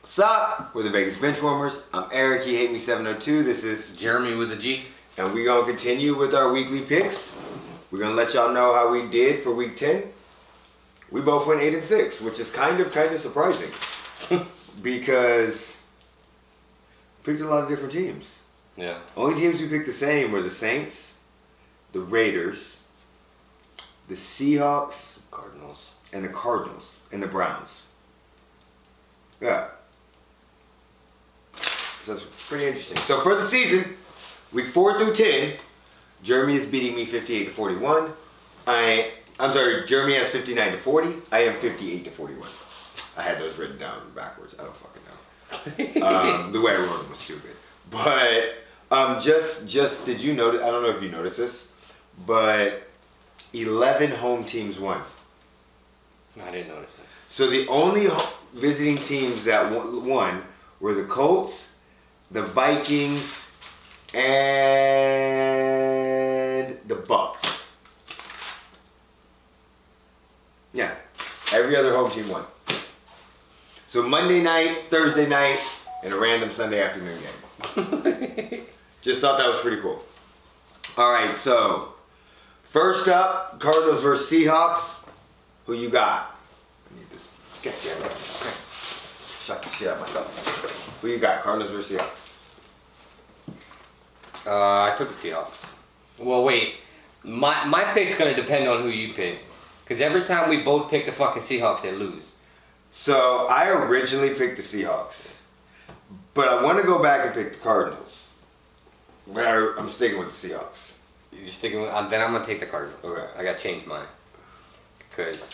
What's up? We're the Vegas Benchwarmers. I'm Eric. You hate me 702. This is, Jeremy with a G. and we're gonna continue with our weekly picks. We're gonna let y'all know how we did for week 10. We both went eight and six, which is kind of kind of surprising because we picked a lot of different teams. Yeah. Only teams we picked the same were the Saints, the Raiders, the Seahawks, Cardinals. and the Cardinals and the Browns. Yeah. So it's pretty interesting. So for the season, week four through ten, Jeremy is beating me fifty-eight to forty-one. I I'm sorry, Jeremy has fifty-nine to forty. I am fifty-eight to forty-one. I had those written down backwards. I don't fucking know um, the way I wrote them was stupid. But um, just just did you notice? I don't know if you noticed this, but eleven home teams won. I didn't notice that. So the only ho- visiting teams that wo- won were the Colts, the Vikings, and the Bucks. Yeah, every other home team won. So Monday night, Thursday night, and a random Sunday afternoon game. Just thought that was pretty cool. All right, so first up, Cardinals versus Seahawks. Who you got? I need this. God damn it. Shut the shit out of myself. Who you got? Cardinals versus Seahawks. Uh, I took the Seahawks. Well, wait. My my pick's gonna depend on who you pick, because every time we both pick the fucking Seahawks, they lose. So I originally picked the Seahawks, but I want to go back and pick the Cardinals. But I, I'm sticking with the Seahawks. You're sticking with. I'm, uh, then I'm gonna take the Cardinals. Okay. I gotta change mine, because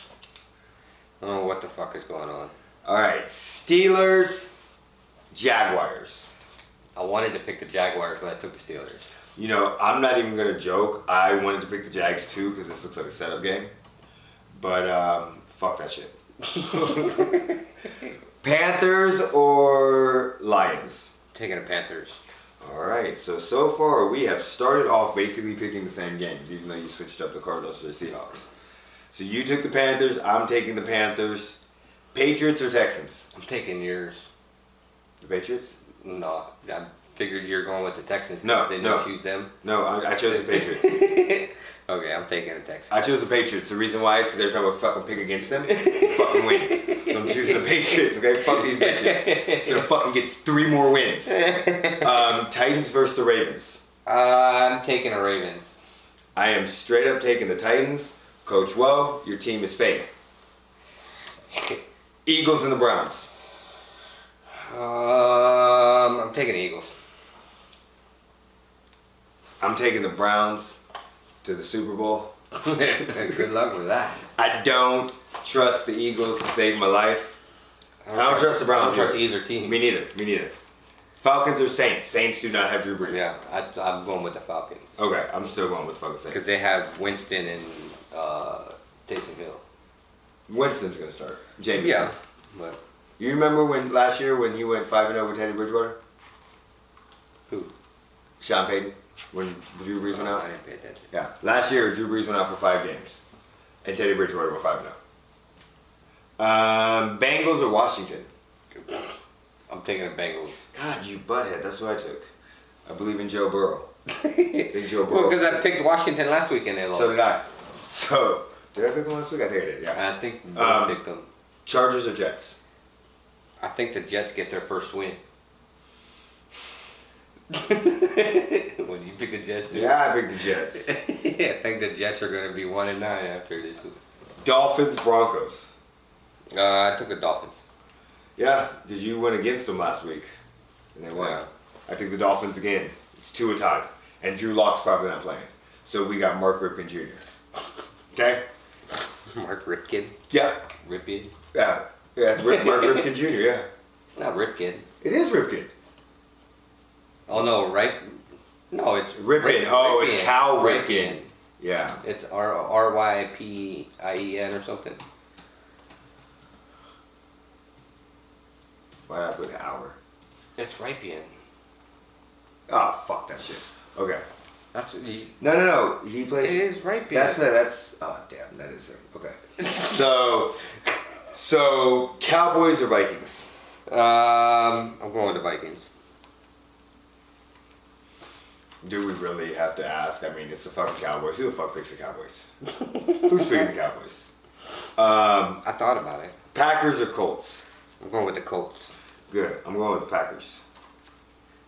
I don't know what the fuck is going on. All right, Steelers, Jaguars. I wanted to pick the Jaguars, but I took the Steelers. You know, I'm not even gonna joke. I wanted to pick the Jags too because this looks like a setup game, but um, fuck that shit. Panthers or Lions? Taking the Panthers. All right. So so far we have started off basically picking the same games, even though you switched up the Cardinals to the Seahawks. So you took the Panthers. I'm taking the Panthers. Patriots or Texans? I'm taking yours. The Patriots? No, I figured you're going with the Texans. 'cause No, they no. didn't choose them. No, I, I chose the Patriots. okay, I'm taking the Texans. I chose the Patriots. The reason why is because every time I fucking pick against them, I fucking win. So I'm choosing the Patriots. Okay, fuck these bitches. It's gonna fucking get three more wins. Um, Titans versus the Ravens. I'm taking the Ravens. I am straight up taking the Titans. Coach Woe, your team is fake. Eagles and the Browns. Um, I'm taking the Eagles. I'm taking the Browns to the Super Bowl. Good luck with that. I don't trust the Eagles to save my life. I don't trust the Browns I don't trust either team. Me neither. Me neither. Falcons or Saints. Saints do not have Drew Brees. Yeah, I, I'm going with the Falcons Okay, I'm still going with the fucking Saints. because they have Winston and uh, Taysom Hill. Winston's gonna start. James. Yeah, but You remember when last year when he went five and zero with Teddy Bridgewater, who? Sean Payton, when Drew Brees went Oh, out. I didn't pay attention. Yeah, last year Drew Brees went out for five games, and Teddy Bridgewater went five and zero. Um, Bengals or Washington? I'm taking the Bengals. God, you butthead. That's what I took. I believe in Joe Burrow. Big Joe Burrow. well, because I picked Washington last week and they lost. so did I. So did I pick one last week? I think I did. Yeah. I think we Um, picked them. Chargers or Jets? I think the Jets get their first win. when you pick the Jets, dude. Yeah, I picked the Jets. I think the Jets are going to be one and nine after this week. Dolphins Broncos. Uh, I took the Dolphins. Yeah, did you went against them last week? And they won. Yeah. I took the Dolphins again. It's two a tie. And Drew Locke's probably not playing. So we got Mark Ripken Jr. Okay? Mark Ripken. Yeah. Ripken. Yeah. Yeah, it's Rip, Mark Ripken Jr., yeah. It's not Ripken. It is Ripken. Oh no, right? No, it's Ripken. Oh, it's Cal Ripken. Yeah. It's R R Y P I E N or something. Why did I put an hour? It's Ripien. Oh, fuck that shit. Okay. That's what you, No, no, no. He it plays. is Ripien. That's a, that's, oh, damn, that is him. Okay. So, so Cowboys or Vikings? Um, I'm going with the Vikings. Do we really have to ask? I mean, it's the fucking Cowboys. Who the fuck picks the Cowboys? Who's picking the Cowboys? Um, I thought about it. Packers or Colts? I'm going with the Colts. Good. I'm going with the Packers.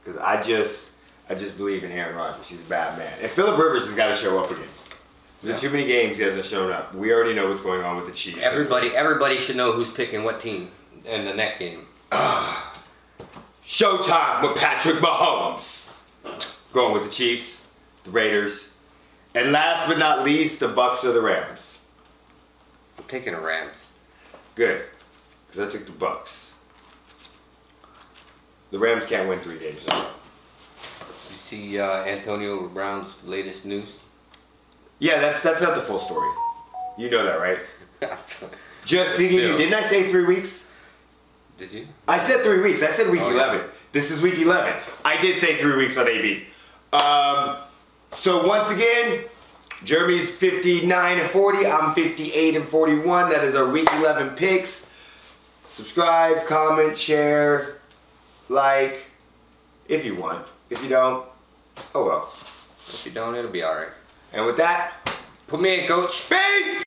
Because I just, I just believe in Aaron Rodgers. He's a bad man, and Philip Rivers has got to show up again. There's been Yeah. too many games he hasn't shown up. We already know what's going on with the Chiefs. Everybody, everybody should know who's picking what team in the next game. Showtime with Patrick Mahomes. Going with the Chiefs, the Raiders, and last but not least, the Bucks or the Rams. I'm taking the Rams. Good, because I took the Bucks. The Rams can't win three games. in a row. You see uh, Antonio Brown's latest news? Yeah, that's that's not the full story. You know that, right? Did Just thinking, Still. didn't I say three weeks? you? I said three weeks. I said week Oh, yeah. 11. This is week 11. I did say three weeks on AB. Um, so once again, Jeremy's 59 and 40. I'm 58 and 41. That is our week 11 picks. Subscribe, comment, share, like, if you want. If you don't, oh well. If you don't, it'll be alright. And with that, Put me in, coach. peace!